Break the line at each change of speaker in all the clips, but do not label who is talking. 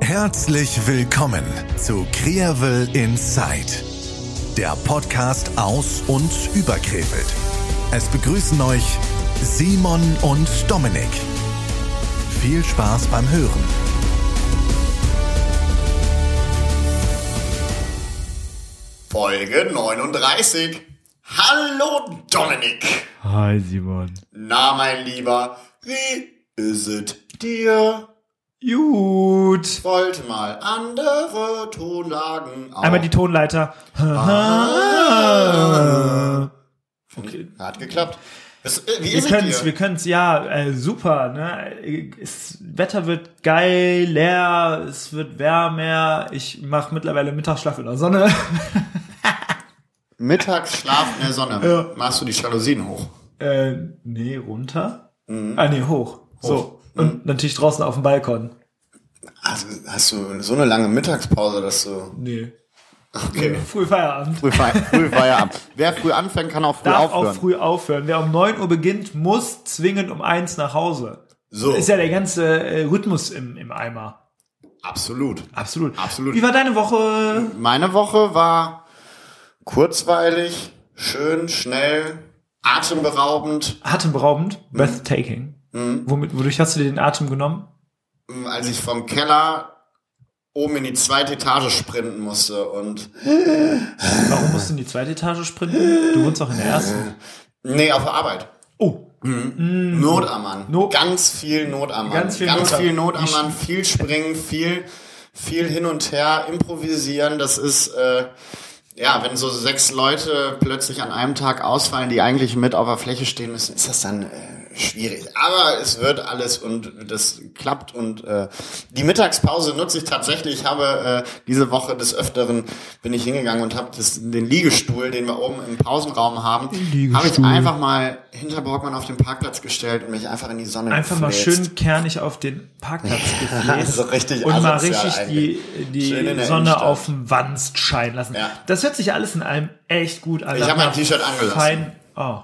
Herzlich willkommen zu Krevel Inside, der Podcast aus und über Krefeld. Es begrüßen euch Simon und Dominik. Viel Spaß beim Hören.
Folge 39. Hallo Dominik.
Hi Simon.
Na, mein Lieber, wie ist es dir?
Gut.
Wollte mal andere Tonlagen auch.
Einmal die Ah. Tonleiter.
Ah. Okay, Hm, Hat geklappt. Es- äh, wie
Wir
ist es
können's, wir
dir?
können's, ja, äh, super, ne? Äh, Es, Wetter wird geil, leer, es wird wärmer. Ich mache mittlerweile Mittagsschlaf in der Sonne.
Mittagsschlaf in der Sonne. Machst du die Jalousien hoch?
Äh, nee, runter. Ah, nee, hoch. So.
Mhm. Hoch. Mhm.
Und natürlich draußen auf dem Balkon.
Also, hast du so eine lange Mittagspause, dass du
Nee.
okay.
Früh Feierabend.
früh, fei früh Feierabend. Wer früh anfängt, kann auch früh
Darf
aufhören.
auch früh aufhören. Wer um 9 Uhr beginnt, muss zwingend um 1 nach Hause.
so,
Ist ja der ganze äh, Rhythmus im, im Eimer.
absolut.
Absolut.
Absolut.
Wie war deine Woche? äh,
Meine Woche war kurzweilig, schön, schnell, atemberaubend.
Atemberaubend,
Mhm.
breathtaking. Womit, wodurch hast du dir den Atem genommen?
ähm, als ich vom Keller oben in die zweite Etage sprinten musste und
Warum musst du in die zweite Etage sprinten? Du wohnst auch in der
Äh.
ersten.
nee auf der Arbeit
Oh,
Not am Mann
No-
ganz viel Not am Mann
Ganz viel
ganz
Not am-
viel Not am
Ich-
Mann viel springen viel viel hin und her improvisieren das ist äh, ja wenn so sechs Leute plötzlich an einem Tag ausfallen die eigentlich mit auf der Fläche stehen müssen ist das dann äh, schwierig aber es wird alles und das klappt und äh, die Mittagspause nutze ich tatsächlich ich habe äh, diese Woche des öfteren bin ich hingegangen und habe das- den Liegestuhl den wir oben im Pausenraum haben habe ich
Liegestuhl.
einfach mal hinter Borgmann auf den Parkplatz gestellt und mich einfach in die Sonne
einfach mal
gefläzt.
schön kernig auf den Parkplatz gefläst.
So richtig
Und mal
asozial
richtig die,
eigentlich. Schön in
die
der
Sonne
Innenstadt.
auf dem Wanst scheinen lassen.
Ja.
Das hört sich alles in allem echt gut an.
Ich hab
Sag
mein
mal,
T-Shirt angelassen.
Fein. Oh.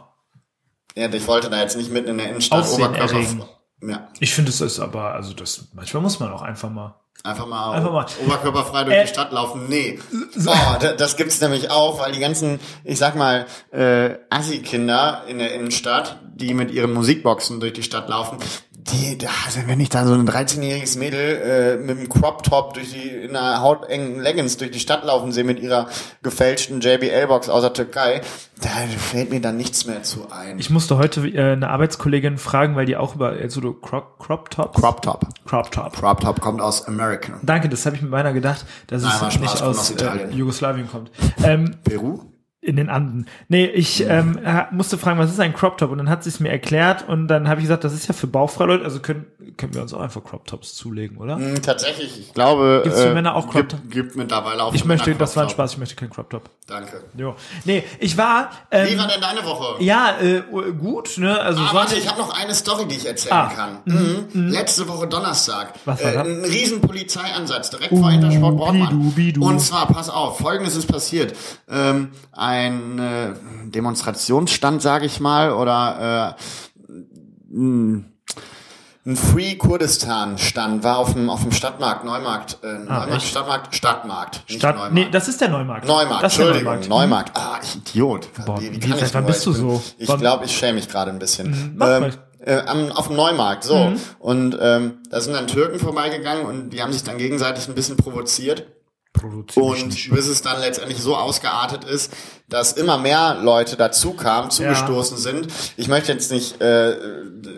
Ja, ich wollte da jetzt nicht mitten in der Innenstadt
Aufsehen
Oberkörper.
erregen.
Ja,
Ich finde, es ist aber, also das, manchmal muss man auch einfach mal.
einfach mal,
Einfach mal.
oberkörperfrei durch
Äh.
die Stadt laufen. Nee. Boah, da- das gibt's nämlich auch, weil die ganzen, ich sag mal, äh, Assi-Kinder in der Innenstadt, die mit ihren Musikboxen durch die Stadt laufen, die, da, also wenn ich da so ein 13-jähriges Mädel äh, mit einem Crop-Top durch die, in einer hautengen Leggings durch die Stadt laufen sehe mit ihrer gefälschten JBL-Box aus der Türkei, da fällt mir dann nichts mehr zu ein.
Ich musste heute äh, eine Arbeitskollegin fragen, weil die auch über äh, so Crop, Crop Tops.
Crop-Top.
Crop Top.
Crop-Top kommt aus American.
Danke, das habe ich mir beinahe gedacht, dass
Nein, war
es
Spaß,
nicht
kommt
aus
aus
äh,
Italien.
Jugoslawien kommt. Ähm,
Peru?
in den Anden. Nee, ich ähm, ha- musste fragen, was ist ein Crop Top? Und dann hat sie es mir erklärt und dann habe ich gesagt, das ist ja für bauchfreie Leute, also können, können wir uns auch einfach Crop Tops zulegen, oder?
Hm, Tatsächlich, ich glaube. äh,
Gibt's für Männer auch Crop Top?
gibt, gibt mittlerweile auch.
Ich
für
möchte,
Männer
das war ein
Crop
Spaß, ich möchte keinen Crop Top.
Top. Danke.
Jo. Nee, ich war,
Wie
ähm,
war denn deine Woche?
ja, äh, gut, ne, also
Ah,
Sonntag-
warte, ich habe noch eine Story, die ich erzählen
Ah.
kann. Mhm. Letzte Woche Donnerstag.
Was war
äh,
das?
ein riesen Polizeiansatz direkt vor Intersport Bordmann.
bidu, bidu.
Und zwar, pass auf, folgendes ist passiert. Ähm, ein äh, Demonstrationsstand, sage ich mal, oder äh, ein Free Kurdistan Stand war auf dem auf dem Stadtmarkt Neumarkt äh, Neumarkt
Ah, echt?
Stadtmarkt Stadtmarkt nicht
Stadt,
Neumarkt.
nee, das ist der Neumarkt.
Neumarkt,
das ist der
Entschuldigung,
Neumarkt.
Neumarkt. Ah, ich Idiot.
Boah, wie-
kann
seit
ich
wann
nur?
bist du
Ich bin-
so?
Ich
Wann- Mhm,
glaube, ich schäme mich gerade ein bisschen.
mach
ähm,
mal. Mhm.
äh, am, auf dem Neumarkt, so. Und ähm, da sind dann Türken vorbeigegangen und die haben sich dann gegenseitig ein bisschen provoziert.
Produziere ich
Und
nicht.
bis es dann letztendlich so ausgeartet ist, dass immer mehr Leute dazu kamen, zugestoßen sind. Ich möchte jetzt nicht, äh,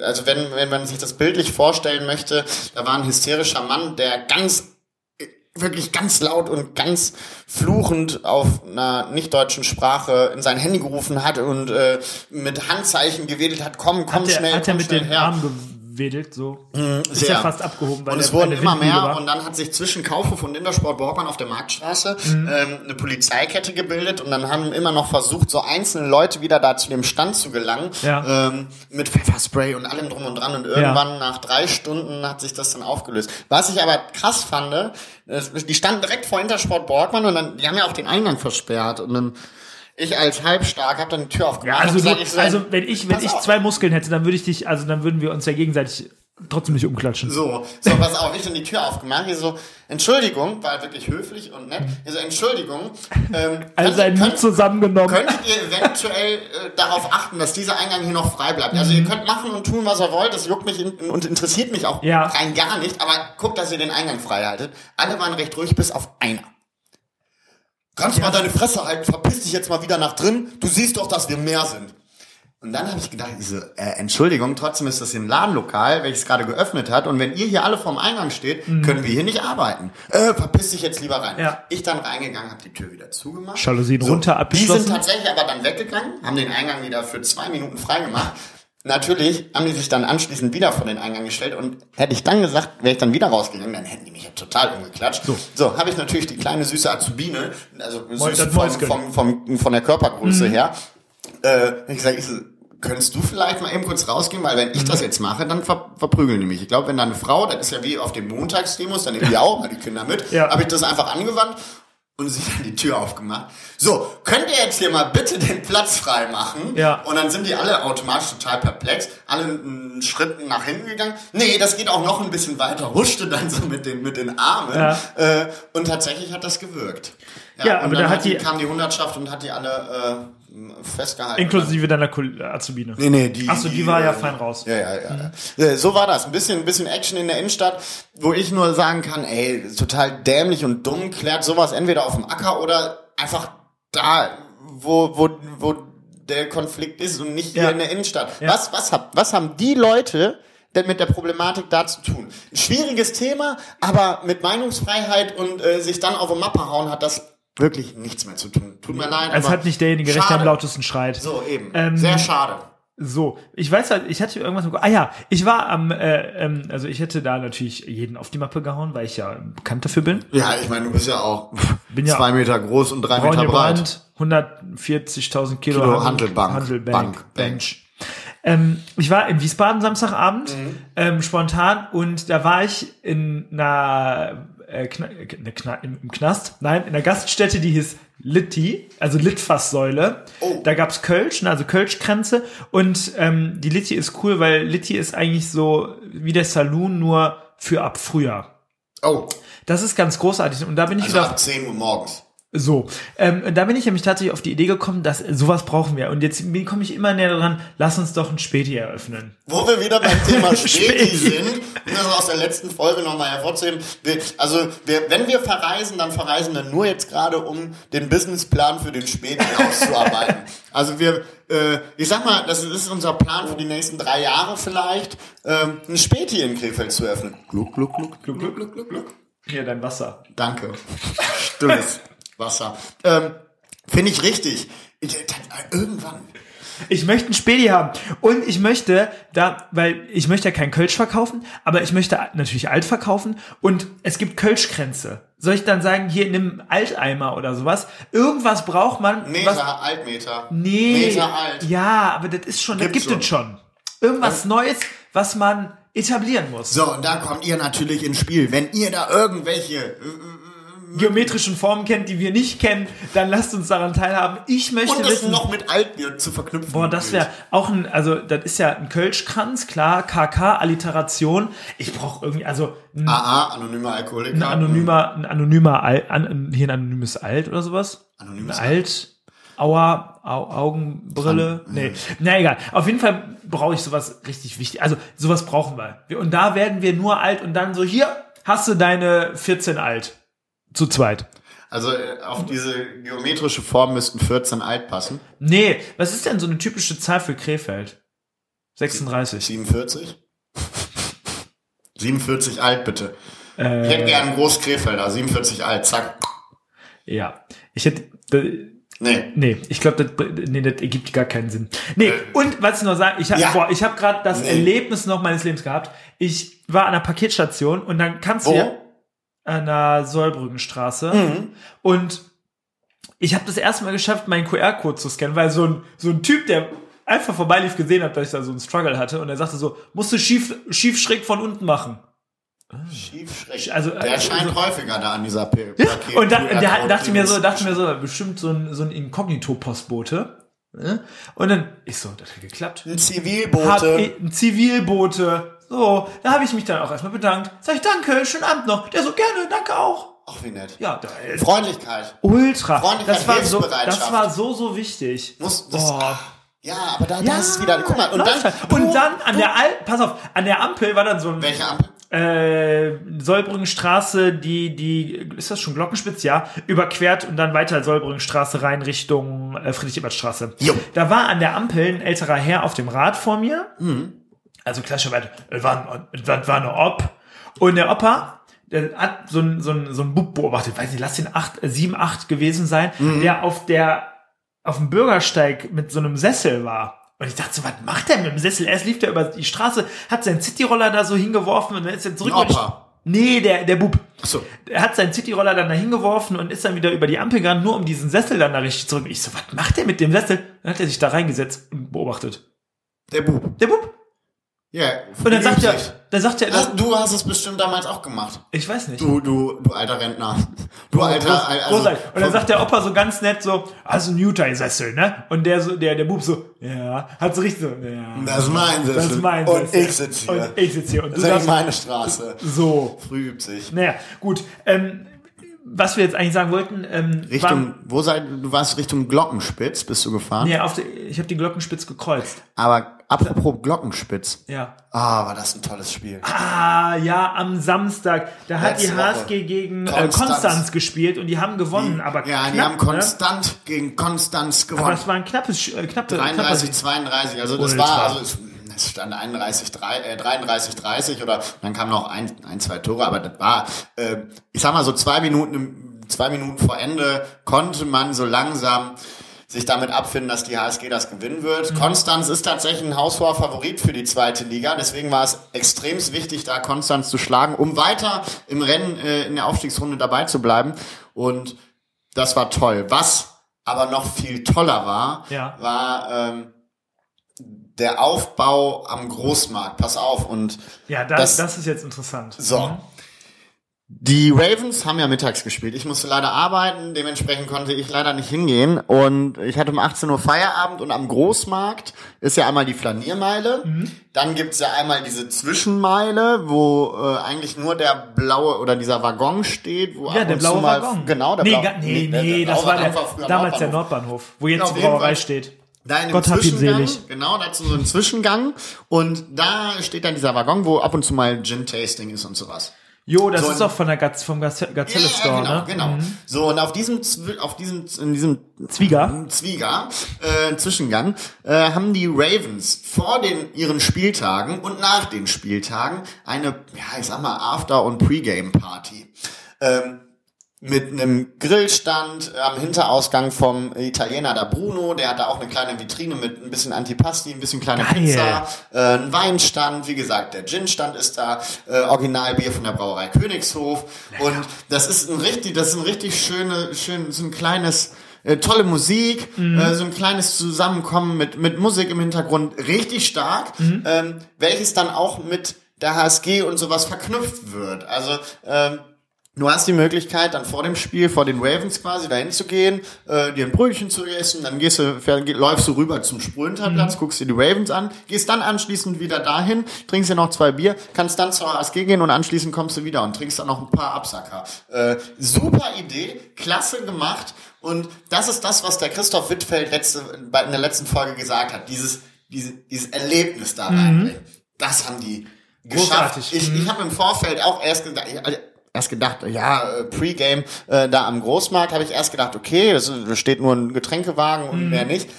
also wenn, wenn man sich das bildlich vorstellen möchte, da war ein hysterischer Mann, der ganz äh, wirklich ganz laut und ganz fluchend auf einer nichtdeutschen Sprache in sein Handy gerufen hat und äh, mit Handzeichen gewedelt hat, komm, komm
Hat der,
schnell,
hat der
komm
mit
schnell
den
her. Mhm,
Armen gewedelt, so. Ist ja
sehr.
fast abgehoben, weil
Und
der
es wurden
eine
immer
Windmühle
mehr
war.
und dann hat sich zwischen Kaufhof und Intersport Borgmann auf der Marktstraße
Mhm.
ähm, eine Polizeikette gebildet und dann haben immer noch versucht, so einzelne Leute wieder da zu dem Stand zu gelangen
Ja.
ähm, mit Pfefferspray und allem drum und dran und irgendwann nach drei Stunden hat sich das dann aufgelöst. Was ich aber krass fand, es- die standen direkt vor Intersport Borgmann und dann, die haben ja auch den Eingang versperrt und dann ich als halbstark habe dann die Tür aufgemacht.
Also,
hab gesagt,
du,
ich so,
also wenn ich, wenn
pass
ich
auf.
zwei Muskeln hätte, dann würde ich dich, also dann würden wir uns ja gegenseitig trotzdem nicht umklatschen.
So, so, pass auf, ich dann die Tür aufgemacht, hier so, Entschuldigung, war wirklich höflich und nett, hier so, Entschuldigung, ähm,
Also
könnt-
ein Mut
könnt-
zusammengenommen.
Könntet ihr eventuell äh, darauf achten, dass dieser Eingang hier noch frei bleibt?
Mhm.
Also ihr könnt machen und tun, was ihr wollt, das juckt mich in, und interessiert mich auch
Ja.
rein gar nicht, aber guckt, dass ihr den Eingang frei haltet. Alle waren recht ruhig, bis auf einer. Kannst mal deine Fresse halten, verpiss dich jetzt mal wieder nach drin, du siehst doch, dass wir mehr sind. Und dann habe ich gedacht, diese äh, Entschuldigung, trotzdem ist das hier ein Ladenlokal, welches gerade geöffnet hat. Und wenn ihr hier alle vorm Eingang steht, können wir hier nicht arbeiten. Äh, verpiss dich jetzt lieber rein.
Mhm. Ja.
Ich dann reingegangen, habe die Tür wieder zugemacht.
Jalousien runter,
Die
abgeschlossen.
sind tatsächlich aber dann weggegangen, haben den Eingang wieder für zwei Minuten freigemacht. Natürlich haben die sich dann anschließend wieder vor den Eingang gestellt und hätte ich dann gesagt, wäre ich dann wieder rausgegangen, dann hätten die mich ja total umgeklatscht. So, habe ich natürlich die kleine süße Azubine, also süß vom,
das Mäuschen.
vom, vom, von der Körpergröße her, äh, hab ich gesagt, ich so, könntest du vielleicht mal eben kurz rausgehen, weil wenn ich
Mhm.
das jetzt mache, dann ver verprügeln die mich. Ich glaube, wenn da eine Frau, das ist ja wie auf den Montagsdemos, dann nehmen die auch mal die Kinder mit,
Ja.
habe ich das einfach angewandt und sie dann die Tür aufgemacht. So, könnt ihr jetzt hier mal bitte den Platz frei machen?
Ja.
Und dann sind die alle automatisch total perplex, alle einen Schritt nach hinten gegangen. Nee, das geht auch noch ein bisschen weiter, huschte dann so mit den, mit den Armen.
Ja.
Äh, und tatsächlich hat das gewirkt.
Ja,
und
aber
dann
da hat die-
kam die Hundertschaft und hat die alle äh, festgehalten.
Inklusive deiner Kol- äh, Azubine.
Nee, nee, die.
Ach so, die war ja
äh,
fein raus.
Ja, ja, ja. ja. Äh, So war das. Ein bisschen, ein bisschen Action in der Innenstadt, wo ich nur sagen kann, ey, total dämlich und dumm, klärt sowas entweder auf dem Acker oder einfach da, wo, wo, wo der Konflikt ist und nicht hier
Ja.
in der Innenstadt.
Ja.
Was, was, hab, was haben die Leute denn mit der Problematik da zu tun? Ein schwieriges Thema, aber mit Meinungsfreiheit und äh, sich dann auf eine Mappe hauen hat das wirklich nichts mehr zu tun. Tut mir leid.
Es
aber
hat nicht derjenige recht, der am
schade.
lautesten schreit.
So, eben.
Ähm,
Sehr schade.
So, ich weiß halt, ich hatte irgendwas. im Ko- Ah ja, ich war am, äh, ähm, also ich hätte da natürlich jeden auf die Mappe gehauen, weil ich ja bekannt dafür bin.
Ja, ich meine, du bist ja auch
Bin ja-
zwei Meter groß und drei
Braun
Meter breit.
gebrannt, 140.000 Kilo,
Kilo
Hand-
Handelbank.
Handelbank,
Bank,
Bench. Ähm, ich war in Wiesbaden Samstagabend, ähm, spontan, und da war ich in einer, äh, Kna äh, ne Kna im, im Knast, nein, in einer Gaststätte, die hieß Litti, also Litfaßsäule. Da gab's Kölsch, ne, also Kölschkränze. Und ähm, die Litti ist cool, weil Litti ist eigentlich so wie der Saloon, nur für ab Frühjahr.
Oh,
Das ist ganz großartig. Und da bin ich
also
wieder
ab 10 Uhr morgens.
so, ähm, da bin ich nämlich tatsächlich auf die Idee gekommen, dass äh, sowas brauchen wir. Und jetzt bin- komme ich immer näher dran, lass uns doch ein Späti eröffnen.
Wo wir wieder beim Thema Späti
Späti.
sind, um das aus der letzten Folge nochmal hervorzuheben. Wir, also, wir, wenn wir verreisen, dann verreisen wir nur jetzt gerade, um den Businessplan für den Späti auszuarbeiten. Also wir, äh, ich sag mal, das ist unser Plan für die nächsten drei Jahre vielleicht, ähm, ein Späti in Krefeld zu öffnen. Gluck, gluck, gluck, gluck, gluck, gluck, gluck, gluck.
Hier, dein Wasser.
Danke. Stilles Wasser. Ähm, Finde ich richtig. Ich, äh, irgendwann.
Ich möchte ein Späti haben. Und ich möchte da, weil ich möchte ja kein Kölsch verkaufen, aber ich möchte natürlich alt verkaufen. Und es gibt Kölschkränze. Soll ich dann sagen, hier nimm Alteimer oder sowas? Irgendwas braucht man.
Meter,
was,
Altmeter.
Nee.
Meter alt.
Ja, aber das ist schon, das
Gibt's
gibt es schon. Irgendwas Neues, was man etablieren muss.
So, und da kommt ihr natürlich ins Spiel. Wenn ihr da irgendwelche
geometrischen Formen kennt, die wir nicht kennen, dann lasst uns daran teilhaben. Ich möchte
und das
wissen,
noch mit Altbier zu verknüpfen.
boah, das wäre auch ein, also das ist ja ein Kölschkranz, klar, KK, Alliteration. Ich brauche irgendwie, also ein
AA, anonymer Alkoholiker.
anonymer, ein anonymer, Al, an, ein- hier ein anonymes Alt oder sowas.
Anonymes
ein Alt. Aua, Au, Augenbrille. Nee. Na egal. Auf jeden Fall brauche ich sowas richtig wichtig. Also sowas brauchen wir. Wir- Und da werden wir nur alt und dann so, hier hast du deine 14 alt. Zu zweit.
Also äh, auf diese geometrische Form müssten 14 alt passen.
Nee, was ist denn so eine typische Zahl für Krefeld? 36.
47? 47 alt, bitte. ich
Äh,
hätte gern einen Großkrefelder. 47 alt, zack.
Ja. Ich hätte. d-
Nee.
Nee, ich glaube, das, nee, das ergibt gar keinen Sinn. Nee, und was ich noch sagen, ich habe
Äh. Ja.
boah, ich hab gerade das
Nee.
Erlebnis noch meines Lebens gehabt. Ich war an einer Paketstation und dann kannst
Wo?
du ja an der Solbrückenstraße
Mhm.
und ich habe das erste Mal geschafft, meinen QR-Code zu scannen, weil so ein, so ein Typ, der einfach vorbeilief, gesehen hat, dass ich da so einen Struggle hatte und er sagte so, musst du schief, schief schräg von unten machen.
Schief, schräg.
Also,
der
äh,
scheint häufiger da an dieser P Paket.
Und da,
QR-Code
der hat- dachte mir so,
Dings.
dachte mir so, bestimmt so ein, so ein Inkognito-Postbote. ne? Und dann, ich so, das hat geklappt.
ein
Hab
Zivilbote.
ich, ein Zivilbote. So, da habe ich mich dann auch erstmal bedankt. Sag ich danke, schönen Abend noch. Der so gerne, danke auch.
Ach, wie nett.
Ja, da ist
Freundlichkeit.
ultra.
Freundlichkeit,
Das war so,
Hilfsbereitschaft.
das war so so wichtig.
Muss, das,
Boah.
Ja, aber da, das ist wieder. Guck mal, und dann.
Oh. Läuft halt. und dann an der Al pass auf, an der Ampel war dann so ein
Welche Ampel?
äh, Solbrückenstraße, die, die, ist das schon Glockenspitz? Ja, überquert und dann weiter Solbrückenstraße rein Richtung äh, Friedrich-Ebert-Straße.
Jo.
Da war an der Ampel ein älterer Herr auf dem Rad vor mir. Also klassischerweise, es war, ein- es war, es war eine Ob. Und der Opa, der hat so ein, so ein, so ein Bub beobachtet, weiß nicht, lass den acht, äh, sieben, acht gewesen sein,
Mhm.
der auf der, auf dem Bürgersteig mit so einem Sessel war. Und ich dachte so, was macht der mit dem Sessel? Erst lief der über die Straße, hat seinen Cityroller da so hingeworfen und dann ist er zurück.
Ein
und ich-
Opa.
Nee, der, der Bub.
Achso.
Er hat seinen Cityroller dann da hingeworfen und ist dann wieder über die Ampel gegangen, nur um diesen Sessel dann da richtig zurück. Ich so, was macht der mit dem Sessel? Dann hat er sich da reingesetzt und beobachtet.
Der Bub.
Der Bub.
Ja.
Und dann sagt er,
Üblich.
dann sagt er,
Hast- Du hast es bestimmt damals auch gemacht.
ich weiß nicht.
Du, du, du alter Rentner. Du alter.
Groß-
Also,
großartig. Und dann sagt der Opa so ganz nett so, also ein Utah-Sessel, ne? Und der so, der, der Bub so, ja, hat so richtig so, ja.
Das ist mein Sessel.
Das ist mein
Und
Sessel.
ich sitze hier.
Und ich sitze hier. Und du
Das ist eigentlich
sagst,
meine Straße.
so.
Früh übt sich.
Naja, gut. Ähm, was wir jetzt eigentlich sagen wollten, ähm,
Richtung, wo seid, du warst Richtung Glockenspitz, bist du gefahren?
nee, auf die, ich habe die Glockenspitz gekreuzt.
Aber apropos Glockenspitz.
Ja.
Ah, war das ein tolles Spiel.
Ah, ja, am Samstag. Da hat
Letzte
die
Woche.
HSG gegen Konstanz.
Konstanz.
Äh, Konstanz gespielt und die haben gewonnen, aber
ja,
knapp,
die haben
ne?
konstant gegen Konstanz
Aber
gewonnen.
das war ein knappes, Sch- äh, knappe, knapper
33,
Sieg.
32, also das
Ultra.
war, also es, es stand 31, 3, äh, 33, 30 oder dann kam noch ein, ein, zwei Tore, aber das war, äh, ich sag mal so zwei Minuten, im- zwei Minuten vor Ende konnte man so langsam sich damit abfinden, dass die HSG das gewinnen
Mhm.
wird. Konstanz ist tatsächlich ein haushoher Favorit für die zweite Liga, deswegen war es extrem wichtig, da Konstanz zu schlagen, um weiter im Rennen äh, in der Aufstiegsrunde dabei zu bleiben und das war toll. Was aber noch viel toller war,
Ja.
war ähm, der Aufbau am Großmarkt. Pass auf. Und
Ja,
Das-
das, das, ist jetzt interessant.
so. Die Ravens haben ja mittags gespielt. Ich musste leider arbeiten, dementsprechend konnte ich leider nicht hingehen. Und ich hatte um 18 Uhr Feierabend und am Großmarkt ist ja einmal die Flaniermeile.
Mhm.
Dann gibt's ja einmal diese Zwischenmeile, wo äh, eigentlich nur der blaue oder dieser Waggon steht. Wo ab
Ja, der
und zu
blaue
mal,
Waggon.
Genau, der
nee,
blaue.
ga- nee, nee,
der
das
blaue
war der,
Waggon früher
damals der
Nordbahnhof.
Nordbahnhof, wo jetzt
Ja, auf
die
jeden
Brauerei
Fall.
steht.
Da in einem
Gott hab ihn
Zwischengang,
selig.
genau, dazu so ein Zwischengang. Und da steht dann dieser Waggon, wo ab und zu mal Gin-Tasting ist und sowas.
Jo, das
So
ist
ein-
auch von der Gaz, vom Gaz, Gazelle Store,
genau,
ne?
genau. So, und auf diesem, Zwi- auf diesem, in diesem
Zwieger.
Zwieger, äh, Zwischengang, äh, haben die Ravens vor den, ihren Spieltagen und nach den Spieltagen eine, ja, ich sag mal, After- und Pre-Game-Party. Ähm, mit einem Grillstand am Hinterausgang vom Italiener da Bruno, der hat da auch eine kleine Vitrine mit ein bisschen Antipasti, ein bisschen kleine
Geil.
Pizza, äh, ein Weinstand, wie gesagt, der Ginstand ist da, äh, Originalbier von der Brauerei Königshof und das ist ein richtig, das ist ein richtig schöne, schön, so ein kleines äh, tolle Musik, äh, so ein kleines Zusammenkommen mit mit Musik im Hintergrund, richtig stark, ähm, welches dann auch mit der HSG und sowas verknüpft wird. Also ähm, Du hast die Möglichkeit, dann vor dem Spiel, vor den Ravens quasi, dahin zu gehen, äh, dir ein Brötchen zu essen, dann gehst du, fähr, geh, läufst du rüber zum Sprödentalplatz, guckst dir die Ravens an, gehst dann anschließend wieder dahin, trinkst dir noch zwei Bier, kannst dann zur ASG gehen und anschließend kommst du wieder und trinkst dann noch ein paar Absacker. Äh, super Idee, klasse gemacht und das ist das, was der Christoph Wittfeld letzte, bei- in der letzten Folge gesagt hat, dieses, diese, dieses Erlebnis da reinbringen. Das haben die geschafft.
Großartig.
Ich, ich habe im Vorfeld auch erst gedacht, ich- also erst gedacht, ja, äh, Pre-Game äh, da am Großmarkt habe ich erst gedacht, okay, es ist- da steht nur ein Getränkewagen
Mhm.
und mehr nicht.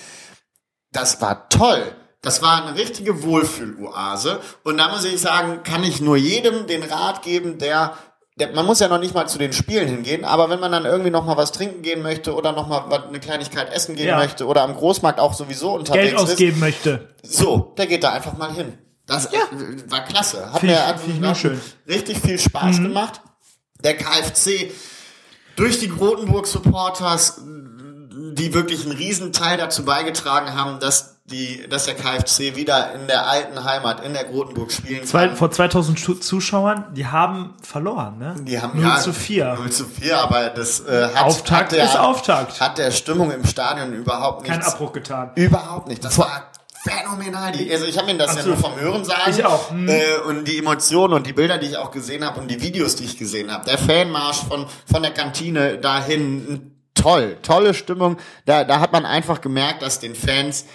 Das war toll. Das war eine richtige Wohlfühloase. Und da muss ich sagen, kann ich nur jedem den Rat geben, der, der man muss ja noch nicht mal zu den Spielen hingehen, aber wenn man dann irgendwie noch mal was trinken gehen möchte oder noch mal was- eine Kleinigkeit essen gehen
Ja.
möchte oder am Großmarkt auch sowieso unterwegs
Geld
ist,
ausgeben möchte.
so, der geht da einfach mal hin. Das äh, war klasse. Hat
Finde ich-
mir hat
finde ich
mir
nur schön. Mhm.
richtig viel Spaß gemacht. Der KfC durch die Grotenburg Supporters, die wirklich einen Riesenteil dazu beigetragen haben, dass die, dass der KfC wieder in der alten Heimat in der Grotenburg spielen
Zwei,
kann.
vor 2000 Schu- Zuschauern, die haben verloren, ne?
Die haben
0
ja,
zu 4.
0 zu 4, aber das äh, hat,
Auftakt
hat der,
ist Auftakt.
Hat der Stimmung im Stadion überhaupt nichts.
Kein Abbruch getan.
Überhaupt nicht. Das war phänomenal. Die, also ich habe mir das
Absolut.
ja nur vom Hören sagen.
Ich auch. Hm.
Äh, und die Emotionen und die Bilder, die ich auch gesehen habe und die Videos, die ich gesehen habe. Der Fanmarsch von, von der Kantine dahin. Toll, tolle Stimmung. Da, da hat man einfach gemerkt, dass den Fans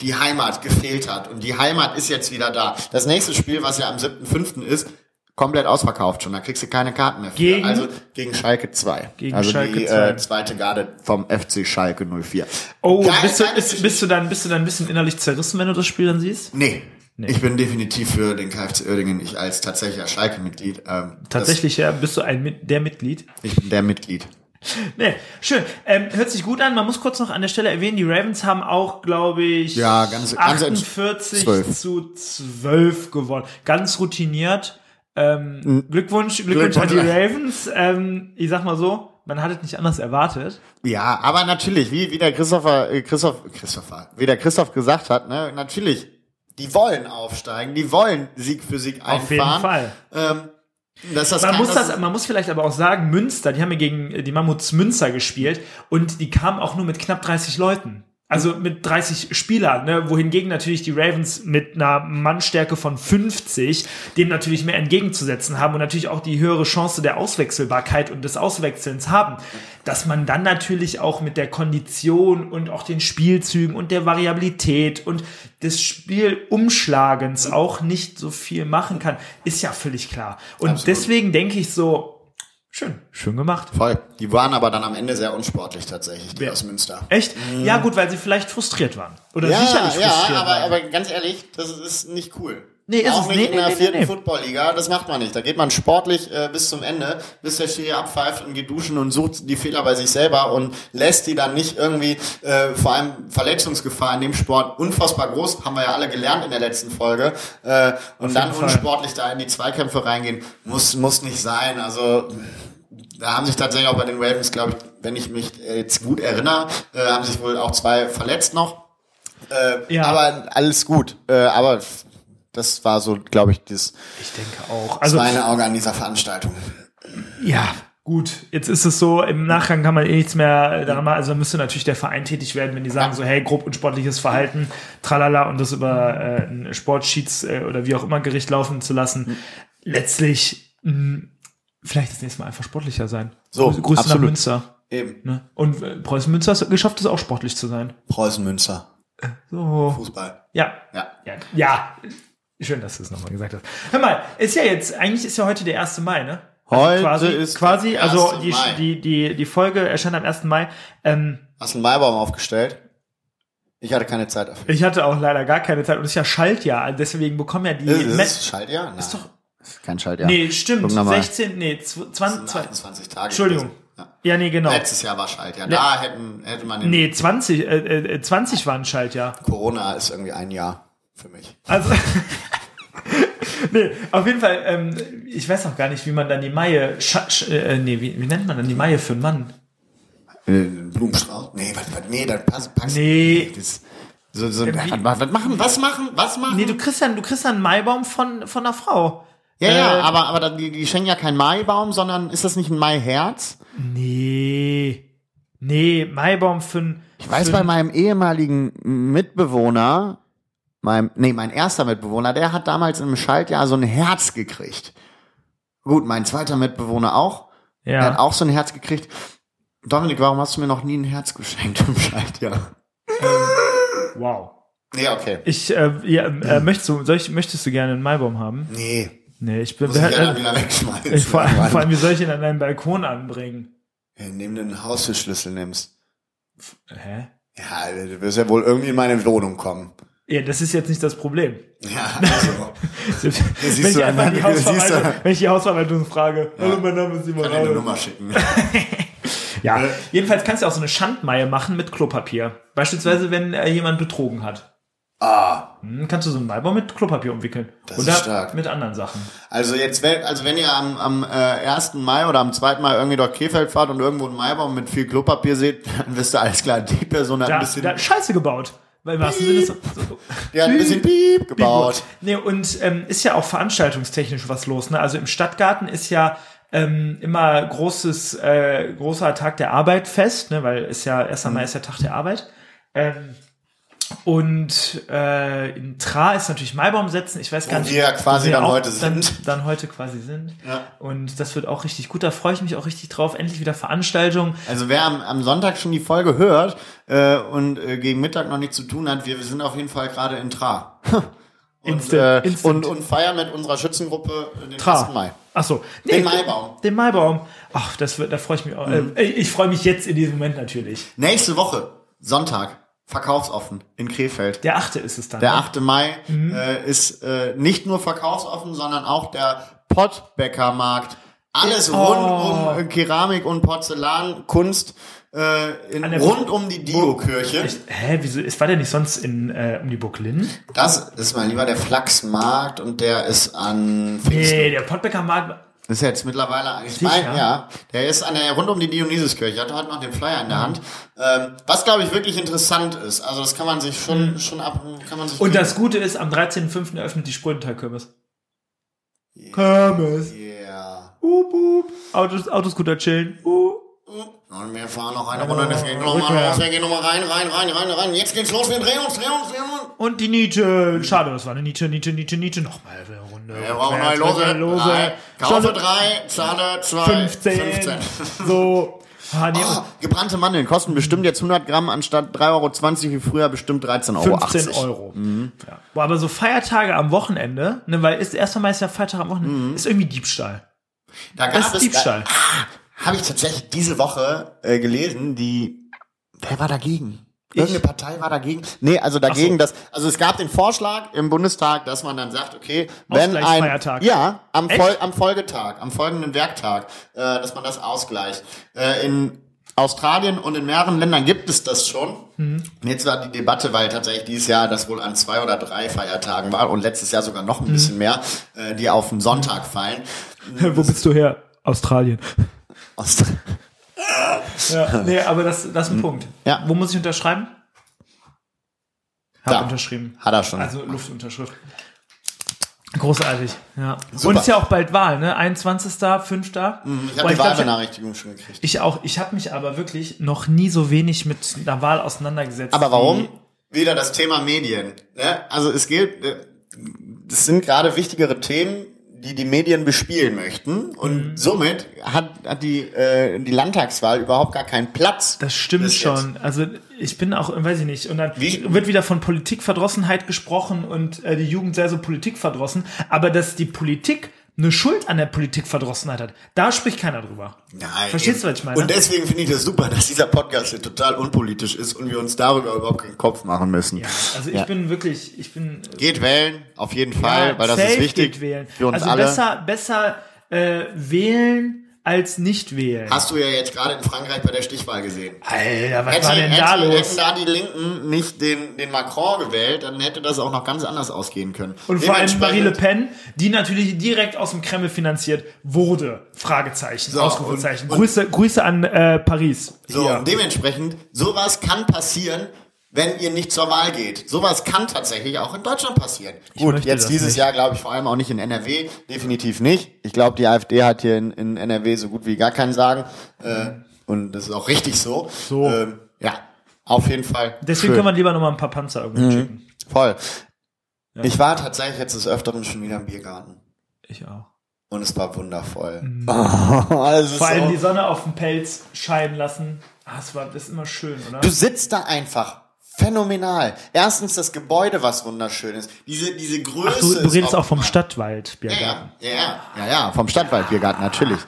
die Heimat gefehlt hat. Und die Heimat ist jetzt wieder da. Das nächste Spiel, was ja am 7.5. ist, komplett ausverkauft schon. Da kriegst du keine Karten mehr. Für.
Gegen?
Also gegen Schalke 2.
Gegen
also
Schalke
die
2.
Äh, zweite Garde vom FC Schalke 04.
Oh,
Geil,
bist, du,
geil,
bist, bist, du dann, bist du dann ein bisschen innerlich zerrissen, wenn du das Spiel dann siehst?
Nee. Ich bin definitiv für den KFC Uerdingen, ich als tatsächlicher Schalke-Mitglied. Ähm,
Tatsächlich, ja, bist du ein Mit- der Mitglied.
Das, ich bin der Mitglied.
Nee, schön. Ähm, hört sich gut an. Man muss kurz noch an der Stelle erwähnen, die Ravens haben auch, glaube ich,
Ja, ganz- ganz ents-
48
12.
zu 12 gewonnen. Ganz routiniert. Ähm, Glückwunsch, Glückwunsch, an die
Hm. Glückwunsch.
Ravens. Ähm, ich sag mal so, man hat es nicht anders erwartet.
Ja, aber natürlich, wie, wie der Christopher, äh, Christoph, Christopher, wie der Christoph gesagt hat, ne, natürlich, die wollen aufsteigen, die wollen Sieg für Sieg einfahren.
Auf jeden Fall.
Ähm, dass das
Man
kein-
muss,
dass-
das, man muss vielleicht aber auch sagen, Münster, die haben ja gegen äh, die Mammuts Münster gespielt und die kamen auch nur mit knapp 30 Leuten. Also mit 30 Spielern, ne? wohingegen natürlich die Ravens mit einer Mannstärke von 50 dem natürlich mehr entgegenzusetzen haben und natürlich auch die höhere Chance der Auswechselbarkeit und des Auswechselns haben. Dass man dann natürlich auch mit der Kondition und auch den Spielzügen und der Variabilität und des Spielumschlagens auch nicht so viel machen kann, ist ja völlig klar. Und
Absolut.
deswegen denke ich so, schön, schön gemacht.
Voll. Die waren aber dann am Ende sehr unsportlich tatsächlich, die
Wer?
aus Münster.
Echt? Ja, gut, weil sie vielleicht frustriert waren. Oder
Mhm. Ja,
sicherlich frustriert
ja, aber,
waren.
aber ganz ehrlich, das ist nicht cool.
Nee, ist
Auch
es-
nicht
nee,
in
nee,
der
nee,
vierten
nee.
Footballliga, das macht man nicht. Da geht man sportlich äh, bis zum Ende, bis der Schiri abpfeift und geht duschen und sucht die Fehler bei sich selber und lässt die dann nicht irgendwie, äh, vor allem Verletzungsgefahr in dem Sport unfassbar groß, haben wir ja alle gelernt in der letzten Folge, äh, und dann
Fall.
unsportlich da in die Zweikämpfe reingehen, muss, muss nicht sein. Also da haben sich tatsächlich auch bei den Ravens, glaube ich, wenn ich mich äh, jetzt gut erinnere, äh, haben sich wohl auch zwei verletzt noch. Äh,
Ja.
Aber alles gut. Äh, aber das war so, glaube ich, das
ich denke auch. Also,
kleine Auge an dieser Veranstaltung.
Ja, gut. Jetzt ist es so, im Nachgang kann man eh nichts mehr daran machen. Also müsste natürlich der Verein tätig werden, wenn die sagen so, hey, grob unsportliches Verhalten, tralala, und das über äh, ein Sportsheets äh, oder wie auch immer Gericht laufen zu lassen.
Mhm.
Letztlich, mh, vielleicht das nächste Mal einfach sportlicher sein.
So,
Grü- Grüße nach
absolut.
Münster.
Eben.
Ne? Und äh, Preußen Münster hat es geschafft, es auch sportlich zu sein.
Preußen Münster.
So.
Fußball.
Ja,
Ja.
ja, ja. Schön, dass du es nochmal gesagt hast. Hör mal, ist ja jetzt, eigentlich ist ja heute der 1. Mai, ne?
Heute
quasi,
ist
quasi,
der
also
1.
die,
Mai.
die, die, die Folge erscheint am 1. Mai. Ähm,
Hast einen Maibaum aufgestellt? Ich hatte keine Zeit dafür.
ich hatte auch leider gar keine Zeit und es ist ja Schaltjahr, also deswegen bekommen ja die
Ist
Met-
es Schaltjahr? Nein. Ist
doch-
kein Schaltjahr.
Nee, stimmt.
Guck noch mal.
16, nee, 20,
28 Tage.
Entschuldigung.
gewesen. Ja.
Ja, nee, genau.
Letztes Jahr war Schaltjahr. Da hätten, hätte man den
Nee, 20, äh, äh, 20 war ein Schaltjahr.
Corona ist irgendwie ein Jahr für mich.
Also. nee, auf jeden Fall, ähm, ich weiß noch gar nicht, wie man dann die Maie. Scha sch äh, nee, wie, wie nennt man dann die Maie für einen Mann?
Äh, Blumenstrauß? Nee, was, was, nee, dann pass, pass.
Nee. Äh,
Das, so, so,
wie-
was, was machen, was machen, was machen?
Nee, du kriegst dann, du kriegst dann einen Maibaum von, von einer Frau.
ja,
äh,
ja, aber, aber dann, die, die schenken ja keinen Maibaum, sondern ist das nicht ein Maiherz?
Nee. Nee, Maibaum für einen.
Ich weiß bei meinem ehemaligen Mitbewohner, meinem, nee, mein erster Mitbewohner, der hat damals im Schaltjahr so ein Herz gekriegt. Gut, mein zweiter Mitbewohner auch. Er hat
Ja.
auch so ein Herz gekriegt. Dominik, warum hast du mir noch nie ein Herz geschenkt im Schaltjahr?
Wow.
Nee, okay.
Ich, äh, ja,
Hm.
äh, möchtest, du, soll ich, möchtest du gerne einen Maibaum haben?
Nee,
Nee, ich bin.
muss ich ja dann
Äh,
wieder wegschmeißen.
ich, vor, allem-
Mann.
vor allem, wie soll ich ihn an deinen Balkon anbringen?
Indem du einen Haustürschlüssel nimmst.
Hä?
Ja, du wirst ja wohl irgendwie in meine Wohnung kommen.
Ja, das ist jetzt nicht das Problem.
Ja, also.
Wenn
siehst
ich
du
einfach
einmal-
die
hier siehst du-
Hausverwaltung, wenn ich die Hausverwaltung frage, hallo, mein Name ist Simon
Kann dir eine
Rabe.
Nummer schicken.
Ja, jedenfalls kannst du auch so eine Schandmeie machen mit Klopapier. Beispielsweise, wenn äh, jemand betrogen hat.
Ah,
Hm, kannst du so einen Maibaum mit Klopapier umwickeln.
Das
Oder
ist stark.
mit anderen Sachen.
also jetzt, wenn, also wenn ihr am, am äh, 1. Mai oder am 2. Mai irgendwie durch Krefeld fahrt und irgendwo einen Maibaum mit viel Klopapier seht, dann wisst ihr alles klar, die Person hat
Da,
ein bisschen,
da Scheiße gebaut. Weil im wahrsten Sinne ist so,
die hat ein bisschen Piep gebaut.
Nee, und ähm, ist ja auch veranstaltungstechnisch was los. Ne? Also im Stadtgarten ist ja ähm, immer großes, äh,
Mhm.
großer Tag der Arbeit fest, ne? weil ist ja, 1. Mai ist ja Tag der Arbeit. Ähm, Und äh, in Tra ist natürlich Maibaum setzen. Ich weiß gar
Wo
nicht.
wir ja quasi
wo
dann
auch
heute
dann,
sind.
Dann heute quasi sind.
Ja.
Und das wird auch richtig gut. Da freue ich mich auch richtig drauf. Endlich wieder Veranstaltungen.
Also wer am, am Sonntag schon die Folge hört äh, und äh, gegen Mittag noch nichts zu tun hat, wir sind auf jeden Fall gerade in Tra. und,
Instant,
äh, Und,
instant.
und feiern mit unserer Schützengruppe den
Tra.
1. Mai.
Ach so.
Den Mhm. Maibaum.
Den Maibaum. Ach, das wird, da freue ich mich auch. Äh, ich freue mich jetzt in diesem Moment natürlich.
Nächste Woche, Sonntag, verkaufsoffen in Krefeld.
Der achte ist es dann.
Der
ne?
8. Mai äh, ist äh, nicht nur verkaufsoffen, sondern auch der Pottbäckermarkt.
Oh.
Alles rund um äh, Keramik und Porzellan, Kunst, äh, in,
An der-
rund um die Dio-Kirche.
Ich, hä, wieso? Es war der nicht sonst in äh, um die Burg Linn?
Das ist mein lieber der Flachsmarkt und der ist an Pfingsten.
Nee, der Pottbecker Markt.
Ist jetzt mittlerweile, ich
Sicher?
meine, ja, der ist an der, rund um die Dionysiskirche. Ich hatte heute noch den Flyer
Mhm.
in der Hand. Ähm, was, glaube ich, wirklich interessant ist. Also, das kann man sich schon, schon ab, kann man sich.
Mhm. Und das Gute ist, am 13.05. eröffnet die Sprinter-Kirmes. Kirmes.
Yeah.
Uup, uup. Autos, Autoscooter chillen. Uh.
Und wir fahren noch eine Runde, das geht nochmal
Rückkehr.
los, wir gehen nochmal rein, rein, rein, rein, rein. Jetzt geht's los, wir drehen uns, drehen uns, drehen uns.
Und die Niete. Schade, das war eine Niete, Niete, Niete, Niete. Nochmal eine Runde.
Wir brauchen neue Lose. Drei. Kaufe drei, zahle zwei.
15. So. Ah, nee,
Ah, gebrannte Mandeln kosten bestimmt jetzt 100 Gramm anstatt 3,20 Euro wie früher bestimmt 13,80 Euro.
15 Euro.
Mhm.
Ja. Boah, aber so Feiertage am Wochenende, ne, weil ist, erst einmal ist ja Feiertag am Wochenende,
Mhm.
ist irgendwie Diebstahl.
Da gab
Das ist
es,
Diebstahl.
habe ich tatsächlich diese Woche äh, gelesen, die wer war dagegen? Irgendeine Partei war dagegen. Nee, also dagegen, dass also es gab den Vorschlag im Bundestag, dass man dann sagt, okay, wenn ein
Ausgleichsfeiertag.
ja am,
Echt?
Fol am Folgetag, am folgenden Werktag, äh, dass man das ausgleicht. Äh, in Australien und in mehreren Ländern gibt es das schon.
Mhm.
Und jetzt war die Debatte, weil tatsächlich dieses Jahr das wohl an zwei oder drei Feiertagen war und letztes Jahr sogar
Mhm.
noch ein bisschen mehr, äh, die auf den Sonntag fallen.
Wo bist du her? Australien.
Aust-
Ja, nee, aber das, das ist ein Punkt.
Mhm. Ja.
Wo muss ich unterschreiben? Hab
Da. Ah.
unterschrieben.
Hat er schon.
Also Luftunterschrift. Großartig, ja.
Super. Mhm,
Und ist ja auch bald Wahl, ne? 21., 5.
Ich
Boah,
habe die
glaub,
Wahlbenachrichtigung schon gekriegt.
ich auch, ich habe mich aber wirklich noch nie so wenig mit einer Wahl auseinandergesetzt.
Aber warum?
wie-
Hm. Wieder das Thema Medien. Ne? Also es gilt, äh, es sind gerade wichtigere Themen, die die Medien bespielen möchten.
Hm.
Und somit hat, hat die, äh, die Landtagswahl überhaupt gar keinen Platz.
Das stimmt
bis jetzt.
schon. Also ich bin auch, weiß ich nicht, und dann
Wie-
wird wieder von Politikverdrossenheit gesprochen und äh, die Jugend sei so politikverdrossen, aber dass die Politik eine Schuld an der Politikverdrossenheit hat, da spricht keiner drüber.
Nein.
Verstehst du, was ich meine?
Und deswegen finde ich das super, dass dieser Podcast hier total unpolitisch ist und wir uns darüber überhaupt keinen Kopf machen müssen.
ja, also ich
Ja.
bin wirklich, ich bin äh,
Geht wählen, auf jeden Fall, weil das
safe
ist wichtig
geht wählen.
für uns
also
alle.
besser, besser äh, wählen als nicht wählen.
Hast du ja jetzt gerade in Frankreich bei der Stichwahl gesehen.
Alter, was
Hätte,
war denn
hätte,
da
hätten
los?
da die Linken nicht den, den Macron gewählt, dann hätte das auch noch ganz anders ausgehen können.
Und vor allem
Dementsprechend-
Marie Le Pen, die natürlich direkt aus dem Kreml finanziert wurde. Fragezeichen,
So,
Ausrufezeichen.
und- und-
Grüße, Grüße an äh, Paris.
So,
Hier.
und dementsprechend, sowas kann passieren, wenn ihr nicht zur Wahl geht. Sowas kann tatsächlich auch in Deutschland passieren. Gut,
möchte
jetzt
das
dieses
nicht.
Jahr glaube ich vor allem auch nicht in NRW, definitiv nicht. Ich glaube, die AfD hat hier in, in NRW so gut wie gar keinen Sagen. Äh, und das ist auch richtig so.
So.
Ähm, ja, auf jeden Fall.
Deswegen können wir lieber nochmal ein paar Panzer irgendwo
Mhm.
schicken.
Voll. Ich war tatsächlich jetzt des Öfteren schon wieder im Biergarten.
Ich auch.
Und es war wundervoll. Oh, es ist
Mhm. Vor allem
so-
die Sonne auf dem Pelz scheinen lassen. Ah, das, war, das ist immer schön, oder?
du sitzt da einfach. Phänomenal. Erstens das Gebäude, was wunderschön ist. Diese, diese Größe.
Ach, du, du
ist
redest auch vom
optimal.
Stadtwald,
Ja,
Biergarten.
ja, ja, ja, ja, ja, vom Stadtwaldbiergarten, natürlich.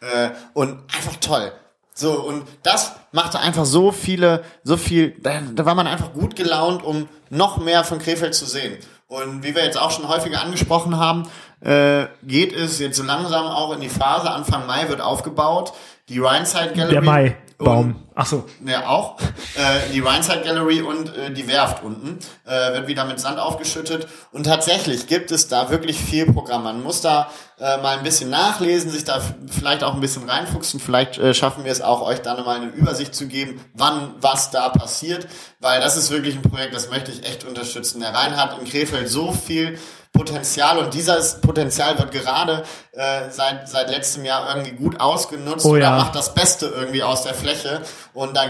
Äh, und einfach toll. So, und das machte einfach so viele, so viel, da, da war man einfach gut gelaunt, um noch mehr von Krefeld zu sehen. Und wie wir jetzt auch schon häufiger angesprochen haben, äh, geht es jetzt so langsam auch in die Phase, Anfang Mai wird aufgebaut, die Rhineside Gallery.
Der
Und-
Maibaum. Ach so.
ja, auch. Äh, die Rhineside Gallery und äh, die Werft unten äh, wird wieder mit Sand aufgeschüttet. Und tatsächlich gibt es da wirklich viel Programm. Man muss da äh, mal ein bisschen nachlesen, sich da f- vielleicht auch ein bisschen reinfuchsen. Vielleicht äh, schaffen wir es auch, euch dann mal eine Übersicht zu geben, wann was da passiert. Weil das ist wirklich ein Projekt, das möchte ich echt unterstützen. Der Rhein hat in Krefeld so viel Potenzial und dieses Potenzial wird gerade äh, seit, seit letztem Jahr irgendwie gut ausgenutzt
Oh
oder
ja.
macht das Beste irgendwie aus der Fläche. Und da,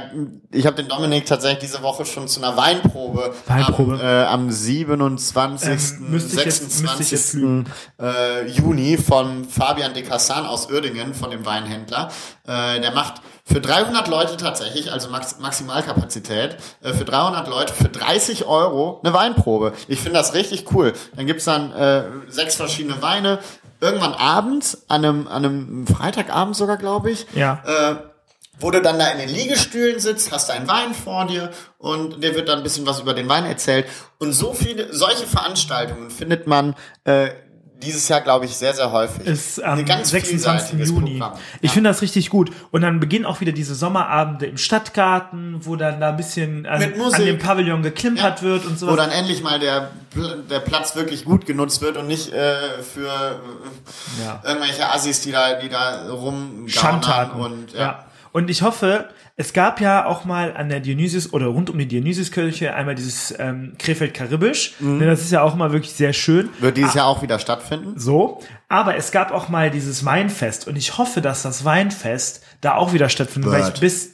ich habe den Dominik tatsächlich diese Woche schon zu einer Weinprobe,
Weinprobe.
am, äh, am 27.
Ähm, müsste ich jetzt-
26.
müsste ich jetzt
äh, Juni von Fabian de Cassan aus Uerdingen, von dem Weinhändler. Äh, der macht für 300 Leute tatsächlich, also Max Maximalkapazität, äh, für 300 Leute für 30 Euro eine Weinprobe. Ich finde das richtig cool. Dann gibt's dann äh, sechs verschiedene Weine. Irgendwann abends, an einem, an einem Freitagabend sogar, glaube ich,
Ja.
äh, wo du dann da in den Liegestühlen sitzt, hast einen Wein vor dir und dir wird dann ein bisschen was über den Wein erzählt. Und so viele, solche Veranstaltungen findet man äh, dieses Jahr, glaube ich, sehr, sehr häufig.
ist am
Ein ganz
26.
vielseitiges
Juni.
Programm.
Ich finde das richtig gut. Und dann beginnen auch wieder diese Sommerabende im Stadtgarten, wo dann da ein bisschen an,
Mit Musik.
an dem Pavillon geklimpert
Ja.
wird und so.
Wo dann endlich mal der, Pl- der Platz wirklich gut genutzt wird und nicht äh, für äh,
Ja.
irgendwelche Assis, die da, die da rumgaunern
Schandtaten.
und ja.
ja. Und ich hoffe, es gab ja auch mal an der Dionysius oder rund um die Dionysiuskirche einmal dieses ähm, Krefeld-Karibisch.
Mhm.
Ne, Das ist ja auch mal wirklich sehr schön.
Wird dieses Jahr auch wieder stattfinden?
So, aber es gab auch mal dieses Weinfest und ich hoffe, dass das Weinfest da auch wieder stattfindet, weil
Wird.
ich bis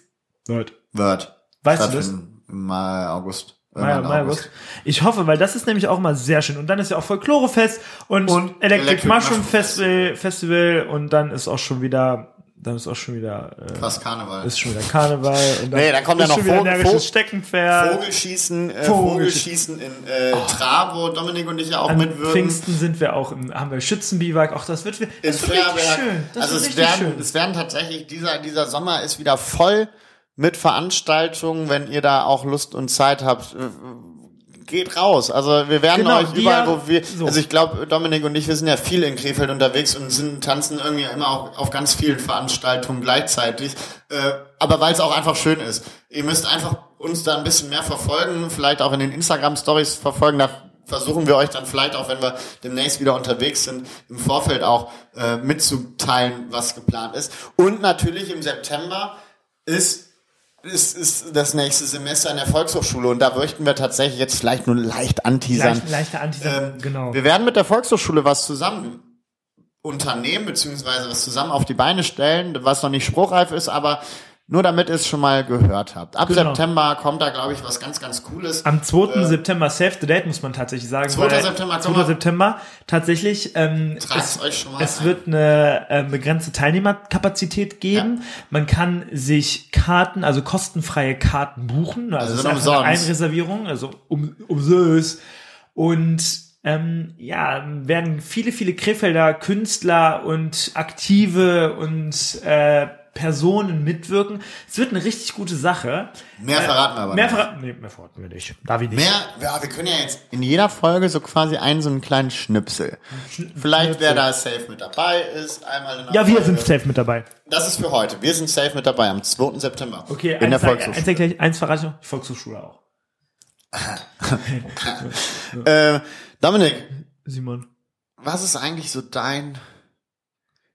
Wird.
Wird.
Weißt du das?
Stattfinden Im Mai, August.
Mai,
Irgendwann
Mai, August. Ich hoffe, weil das ist nämlich auch mal sehr schön. Und dann ist ja auch Folklorefest und,
Und
Electric,
Electric
Mushroom
Mushroom
Festival, Festival und dann ist auch schon wieder, dann ist auch schon wieder, äh,
Fast Karneval.
ist schon wieder Karneval. Und dann
Nee, dann kommt ja
ist
noch
schon wieder
Vogel-
energisches
Vog-
Steckenpferd.
Vogelschießen, äh,
Vogelschießen.
Vogelschießen in äh, Tra, wo Dominik und ich ja auch
Oh. An
mitwirken.
Pfingsten sind wir auch, im, haben wir Schützenbiwak. Auch das wird, das
In
wird richtig
Feuerwerk.
schön. Das
also
wird
es
richtig
werden,
schön.
es werden tatsächlich, dieser, dieser Sommer ist wieder voll mit Veranstaltungen, wenn ihr da auch Lust und Zeit habt. äh, Geht raus. Also wir werden
Genau,
euch
die
überall,
Jahre-
wo wir.
so.
Also ich glaube, Dominik und ich, wir sind ja viel in Krefeld unterwegs und sind, tanzen irgendwie immer auch auf ganz vielen Veranstaltungen gleichzeitig. Äh, aber weil es auch einfach schön ist. Ihr müsst einfach uns da ein bisschen mehr verfolgen, vielleicht auch in den Instagram-Stories verfolgen. Da versuchen wir euch dann vielleicht auch, wenn wir demnächst wieder unterwegs sind, im Vorfeld auch äh, mitzuteilen, was geplant ist. Und natürlich im September ist ist, ist das nächste Semester in der Volkshochschule und da möchten wir tatsächlich jetzt vielleicht nur leicht anteasern.
Leicht, leichter Antisatz,
Ähm,
genau.
Wir werden mit der Volkshochschule was zusammen unternehmen, beziehungsweise was zusammen auf die Beine stellen, was noch nicht spruchreif ist, aber nur damit ihr es schon mal gehört habt. Ab
Genau.
September kommt da, glaube ich, was ganz, ganz Cooles.
Am 2. September, save the date, muss man tatsächlich sagen.
2.
weil-
äh, September,
2. September, tatsächlich, ähm,
Tragt's euch schon mal
es
ein.
wird eine ähm, begrenzte Teilnehmerkapazität geben. Man kann sich Karten, also kostenfreie Karten buchen. Also, es ist
sind
einfach eine
umsonst.
Einreservierung, also um, umsonst. Und ähm, ja, werden viele, viele Krefelder Künstler und Aktive und äh, Personen mitwirken. Es wird eine richtig gute Sache.
Mehr verraten wir aber
Mehr
nicht.
verraten, nee, mehr verraten wir nicht. Darf ich nicht.
Mehr, ja, wir können ja jetzt in jeder Folge so quasi einen so einen kleinen Schnipsel. Vielleicht wer da safe mit dabei ist, einmal in der
Ja, wir
Folge.
sind safe mit dabei.
Das ist für heute. Wir sind safe mit dabei am 2. September.
Okay,
in der
eins, sag-
Volkshochschule.
eins, sag gleich, eins verrate ich noch, die Volkshochschule auch.
Äh, Dominik,
Simon.
Was ist eigentlich so dein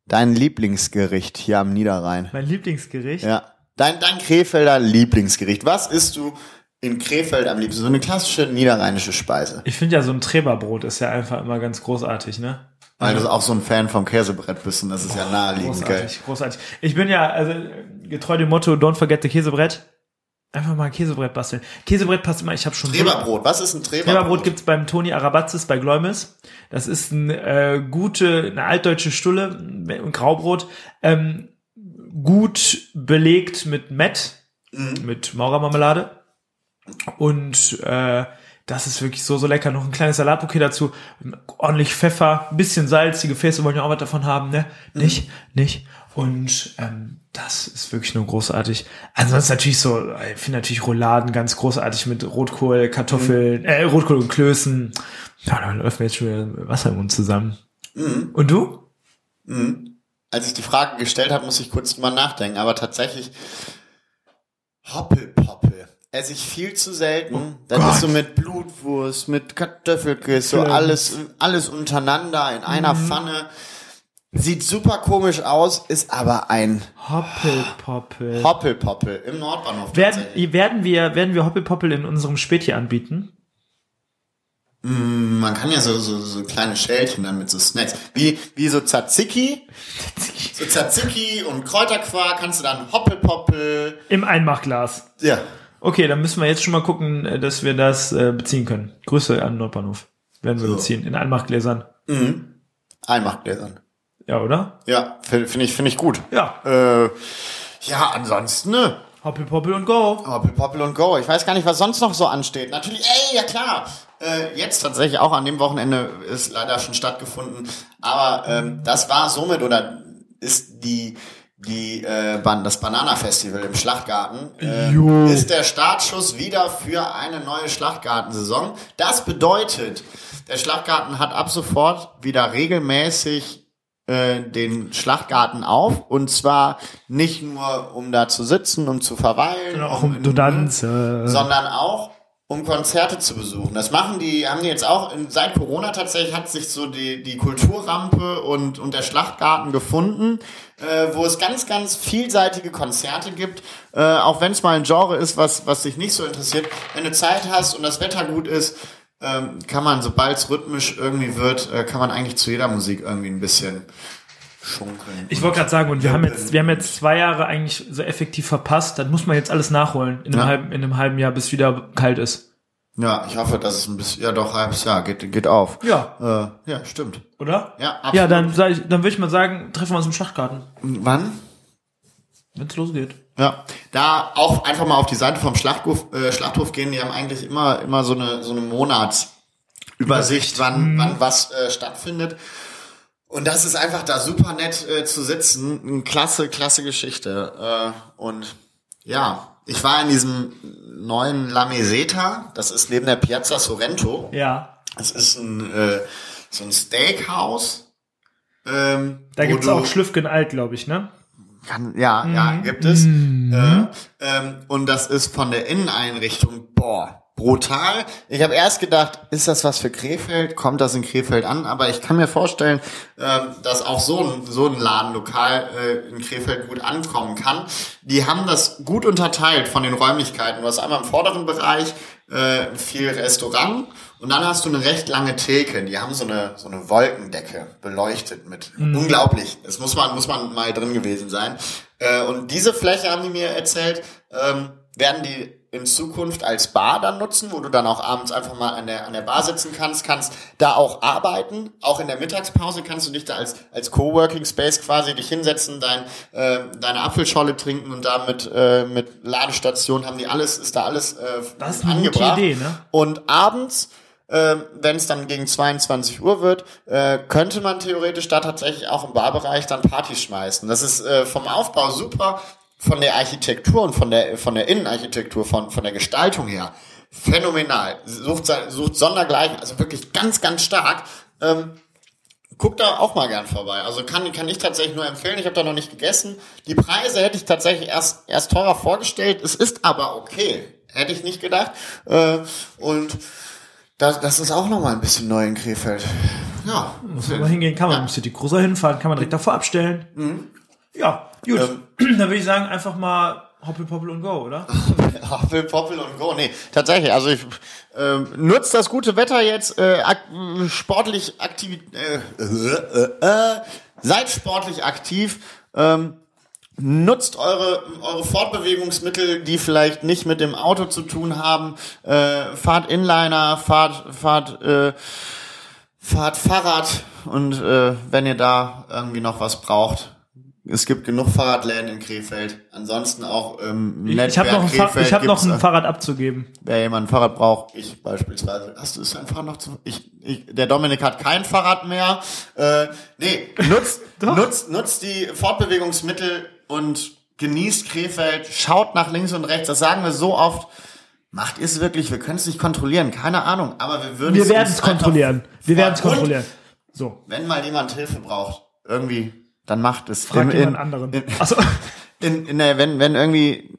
dein Lieblingsgericht hier am Niederrhein?
Mein Lieblingsgericht.
Ja. Dein dein Krefelder Lieblingsgericht. Was isst du in Krefeld am liebsten? So eine klassische niederrheinische Speise.
Ich finde ja, so ein Treberbrot ist ja einfach immer ganz großartig, ne?
Weil du auch so ein Fan vom Käsebrett bist und das ist ja naheliegend, gell?
Großartig, großartig. Ich bin ja, also getreu dem Motto, don't forget the Käsebrett. Einfach mal ein Käsebrett basteln. Käsebrett passt immer, ich habe schon...
Treberbrot. Was ist ein Treberbrot?
Treberbrot gibt's beim Toni Arabatzis bei Gläumes. Das ist ein äh, gute, eine altdeutsche Stulle, ein Graubrot, ähm, gut belegt mit Mett, mit Maurermarmelade. Und äh, das ist wirklich so, so lecker. Noch ein kleines Salatbouquet dazu, ordentlich Pfeffer, ein bisschen Salz, die Gefäße wollen ja auch was davon haben, ne? Nicht, nicht. Und ähm, das ist wirklich nur großartig. Ansonsten natürlich so, äh, ich finde natürlich Rouladen ganz großartig mit Rotkohl, Kartoffeln, äh, Rotkohl und Klößen. Ja, dann läuft mir jetzt schon wieder Wasser im Mund zusammen. Und du?
Als ich die Frage gestellt habe, muss ich kurz drüber nachdenken, aber tatsächlich Hoppelpoppel. Esse ich viel zu selten. das
Gott.
ist so mit Blutwurst, mit Kartoffelkiss, so
Schlimm.
alles, alles untereinander in einer Pfanne. Sieht super komisch aus, ist aber ein
Hoppelpoppel.
Hoppelpoppel im Nordbahnhof.
werden,
tatsächlich.
werden wir, werden wir Hoppelpoppel in unserem Späti anbieten?
Man kann ja so, so, so kleine Schälchen dann mit so Snacks. Wie, wie so Tzatziki, So Tzatziki und Kräuterquark kannst du dann Hoppelpoppel.
Im Einmachglas.
Ja.
Okay, dann müssen wir jetzt schon mal gucken, äh, dass wir das äh, beziehen können. Grüße an Nordbahnhof. Werden wir
So.
beziehen. In Einmachgläsern.
Mhm. Einmachgläsern.
Ja, oder?
Ja, finde find ich, find ich gut.
Ja.
Äh, ja, ansonsten, ne?
Hoppel, poppel und go.
Hoppel, Poppel und Oh, Go. Ich weiß gar nicht, was sonst noch so ansteht. Natürlich, ey, ja klar. Äh, jetzt tatsächlich auch an dem Wochenende ist leider schon stattgefunden. Aber ähm, das war somit oder ist die die äh, Ban das Bananafestival im Schlachtgarten
Jo.
äh, ist der Startschuss wieder für eine neue Schlachtgartensaison. Das bedeutet, der Schlachtgarten hat ab sofort wieder regelmäßig äh, den Schlachtgarten auf und zwar nicht nur um da zu sitzen, um zu verweilen,
Genau, auch
um
um
in-
zu tanzen.
sondern auch um Konzerte zu besuchen. Das machen die, haben die jetzt auch, in, seit Corona tatsächlich hat sich so die, die Kulturrampe und, und der Schlachtgarten gefunden, äh, wo es ganz, ganz vielseitige Konzerte gibt, äh, auch wenn es mal ein Genre ist, was, was dich nicht so interessiert. Wenn du Zeit hast und das Wetter gut ist, ähm, kann man, sobald es rhythmisch irgendwie wird, äh, kann man eigentlich zu jeder Musik irgendwie ein bisschen schunkeln.
Ich wollte gerade sagen, und wir haben jetzt, wir haben jetzt zwei Jahre eigentlich so effektiv verpasst. Das muss man jetzt alles nachholen in einem,
Ja.
halben, in einem halben Jahr, bis wieder kalt ist.
ja, ich hoffe, dass es ein bisschen, ja doch, halbes Jahr, geht, geht auf.
Ja.
Äh, ja, stimmt.
Oder?
Ja, absolut.
Ja, dann, sag ich, dann würde ich mal sagen, treffen wir uns im Schlachtgarten,
Wann?
wenn es losgeht.
Ja, da auch einfach mal auf die Seite vom Schlachthof, äh, Schlachthof gehen. Die haben eigentlich immer, immer so eine, so eine Monatsübersicht, wann, wann was äh, stattfindet. Und das ist einfach da super nett äh, zu sitzen. Eine klasse, klasse Geschichte. Äh, und ja, ich war in diesem neuen La Meseta. Das ist neben der Piazza Sorrento.
Ja.
Das ist ein, äh, so ein Steakhouse. Ähm,
Da
wo
gibt's
du-
auch Mhm. Schlüffgen alt, glaube ich, ne?
kann, ja, ja, gibt es.
Mhm.
Äh, ähm, und das ist von der Inneneinrichtung, boah, brutal. Ich habe erst gedacht, ist das was für Krefeld? Kommt das in Krefeld an? Aber ich kann mir vorstellen, ähm, dass auch so ein, so ein Ladenlokal äh, in Krefeld gut ankommen kann. Die haben das gut unterteilt von den Räumlichkeiten. Du hast einmal im vorderen Bereich äh, viel Restaurant und dann hast du eine recht lange Theke. Die haben so eine, so eine Wolkendecke beleuchtet mit.
Mhm.
Unglaublich. Das muss man, muss man mal drin gewesen sein. Äh, und diese Fläche, haben die mir erzählt, ähm, werden die in Zukunft als Bar dann nutzen, wo du dann auch abends einfach mal an der, an der Bar sitzen kannst, kannst da auch arbeiten. Auch in der Mittagspause kannst du dich da als, als Coworking Space quasi dich hinsetzen, dein, äh, deine Apfelscholle trinken und da mit, äh, mit Ladestation haben die alles, ist da alles äh,
Das ist eine gute Idee, ne?
und abends, ähm, wenn es dann gegen 22 Uhr wird, äh, könnte man theoretisch da tatsächlich auch im Barbereich dann Partys schmeißen. Das ist äh, vom Aufbau super, von der Architektur und von der, von der Innenarchitektur, von, von der Gestaltung her. Phänomenal. Sucht, sein- sucht Sondergleichen, also wirklich ganz, ganz stark. Ähm, guck da auch mal gern vorbei. Also kann, kann ich tatsächlich nur empfehlen. Ich habe da noch nicht gegessen. Die Preise hätte ich tatsächlich erst, erst teurer vorgestellt. Es ist aber okay. Hätte ich nicht gedacht. Äh, und das, das ist auch nochmal ein bisschen neu in Krefeld. Ja.
Muss man mal hingehen, kann man im City Cruiser hinfahren, kann man
Mhm.
direkt davor abstellen. Ja, gut.
Ähm.
Dann würde ich sagen, einfach mal hoppel, poppel und go, oder?
Hoppel, Poppel und Go. Nee, tatsächlich. Also ich ähm, nutzt das gute Wetter jetzt äh, ak sportlich aktiv. Äh, äh, äh, äh, seid sportlich aktiv. Ähm, nutzt eure, eure Fortbewegungsmittel, die vielleicht nicht mit dem Auto zu tun haben. Äh, fahrt Inliner, fahrt, fahrt, äh, fahrt Fahrrad und äh, wenn ihr da irgendwie noch was braucht. Es gibt genug Fahrradläden in Krefeld. Ansonsten auch im
Ich, ich habe
Netzwerk
noch, ein Fa-
Krefeld
ich hab noch
gibt's,
ein
äh,
Fahrrad abzugeben.
wer jemand ein Fahrrad braucht, ich beispielsweise. Hast du ist dein Fahrrad noch zu? Ich, ich, der Dominik hat kein Fahrrad mehr. Äh, nee, nutzt, nutzt, nutzt die Fortbewegungsmittel und genießt Krefeld. Schaut nach links und rechts. Das sagen wir so oft. Macht ihr es wirklich? Wir können es nicht kontrollieren. Keine Ahnung. Aber wir würden
Wir
es
werden es
uns einfach
kontrollieren. Wir
fragen.
werden es
Und
kontrollieren. So,
Wenn mal jemand Hilfe braucht, irgendwie, dann macht es.
frag
Im-
jemand
in-
anderen.
in-
Achso.
in, in der, wenn, wenn irgendwie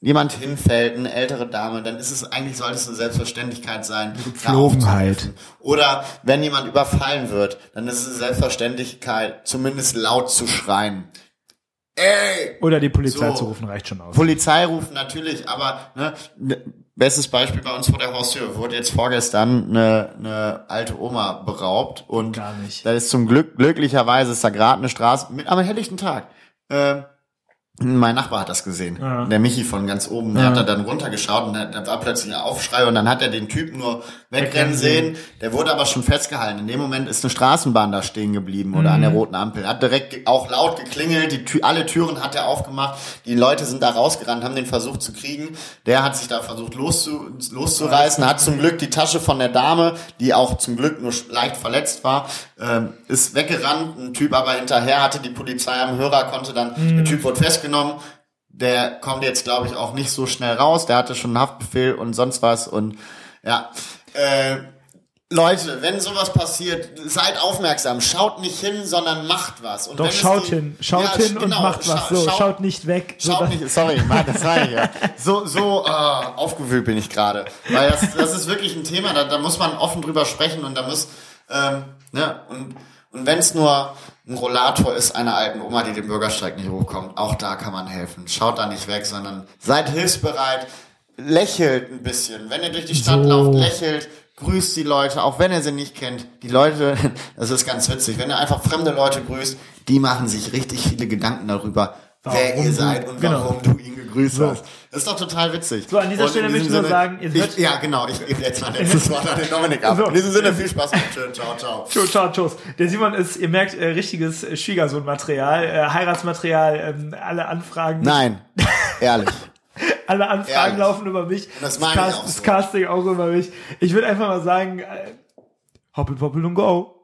jemand hinfällt, eine ältere Dame, dann ist es eigentlich, sollte es eine Selbstverständlichkeit sein. da
Gepflogenheit.
aufzuhelfen. Oder wenn jemand überfallen wird, dann ist es eine Selbstverständlichkeit, zumindest laut zu schreien. Ey!
Oder die Polizei
So.
zu rufen reicht schon aus.
Polizei rufen natürlich, aber ne, Bestes Beispiel bei uns vor der Haustür wurde jetzt vorgestern eine, eine alte Oma beraubt und
Gar nicht.
da ist zum Glück, glücklicherweise ist da gerade eine Straße, mit am helllichten Tag. Äh, mein Nachbar hat das gesehen.
Ja.
Der Michi von ganz oben, der hat da dann runtergeschaut und da- da war plötzlich ein Aufschrei und dann hat er den Typen nur wegrennen sehen. Der wurde aber schon festgehalten. In dem Moment ist eine Straßenbahn da stehen geblieben oder
Mhm.
an der roten Ampel. Hat direkt ge- auch laut geklingelt, die Tür, alle Türen hat er aufgemacht. Die Leute sind da rausgerannt, haben den versucht zu kriegen. Der hat sich da versucht loszu, loszureißen, hat zum Glück die Tasche von der Dame, die auch zum Glück nur sch- leicht verletzt war, ähm, ist weggerannt. Ein Typ aber hinterher hatte die Polizei am Hörer, konnte dann,
Mhm.
der Typ wurde festgenommen. Der kommt jetzt, glaube ich, auch nicht so schnell raus. Der hatte schon einen Haftbefehl und sonst was und ja. Äh, Leute, wenn sowas passiert, seid aufmerksam, schaut nicht hin, sondern macht was. Und
Doch
wenn es
schaut
die-
hin, schaut
Ja,
hin und
genau,
macht was.
scha-
So,
schaut-
schaut nicht weg. so,
Schaut
das-
nicht, sorry, Mann, das war ich ja. So, so äh, aufgewühlt bin ich gerade. Weil das, das ist wirklich ein Thema, da, da muss man offen drüber sprechen und da muss, ähm, ne, und, und wenn es nur ein Rollator ist einer alten Oma, die den Bürgersteig nicht hochkommt, auch da kann man helfen. Schaut da nicht weg, sondern seid hilfsbereit, lächelt ein bisschen. Wenn ihr durch die Stadt
So.
lauft, lächelt. Grüßt die Leute, auch wenn ihr sie nicht kennt. Die Leute, das ist ganz witzig, wenn ihr einfach fremde Leute grüßt, die machen sich richtig viele Gedanken darüber, wer
Warum
ihr
du-
seid und
genau.
warum du ihn gegrüßt
So.
hast. Das ist doch total witzig.
So, an dieser
und
Stelle
in
möchte
diesem
ich nur
Sinne-
sagen, ihr hört-
ich, Ja, genau, ich gebe jetzt mal das Wort an den Dominik ab.
So.
In diesem Sinne, viel Spaß und schön, ciao, ciao.
Tschüss, tschüss, tschüss. Der Simon ist, ihr merkt, äh, richtiges äh, Schwiegersohnmaterial, äh, Heiratsmaterial, ähm, alle Anfragen,
Nein, ehrlich.
alle Anfragen
Ehrlich.
laufen über mich.
das meine ich
Cast-
auch so.
Das Casting auch über mich. Ich würde einfach mal sagen, äh, hoppel, poppel und go.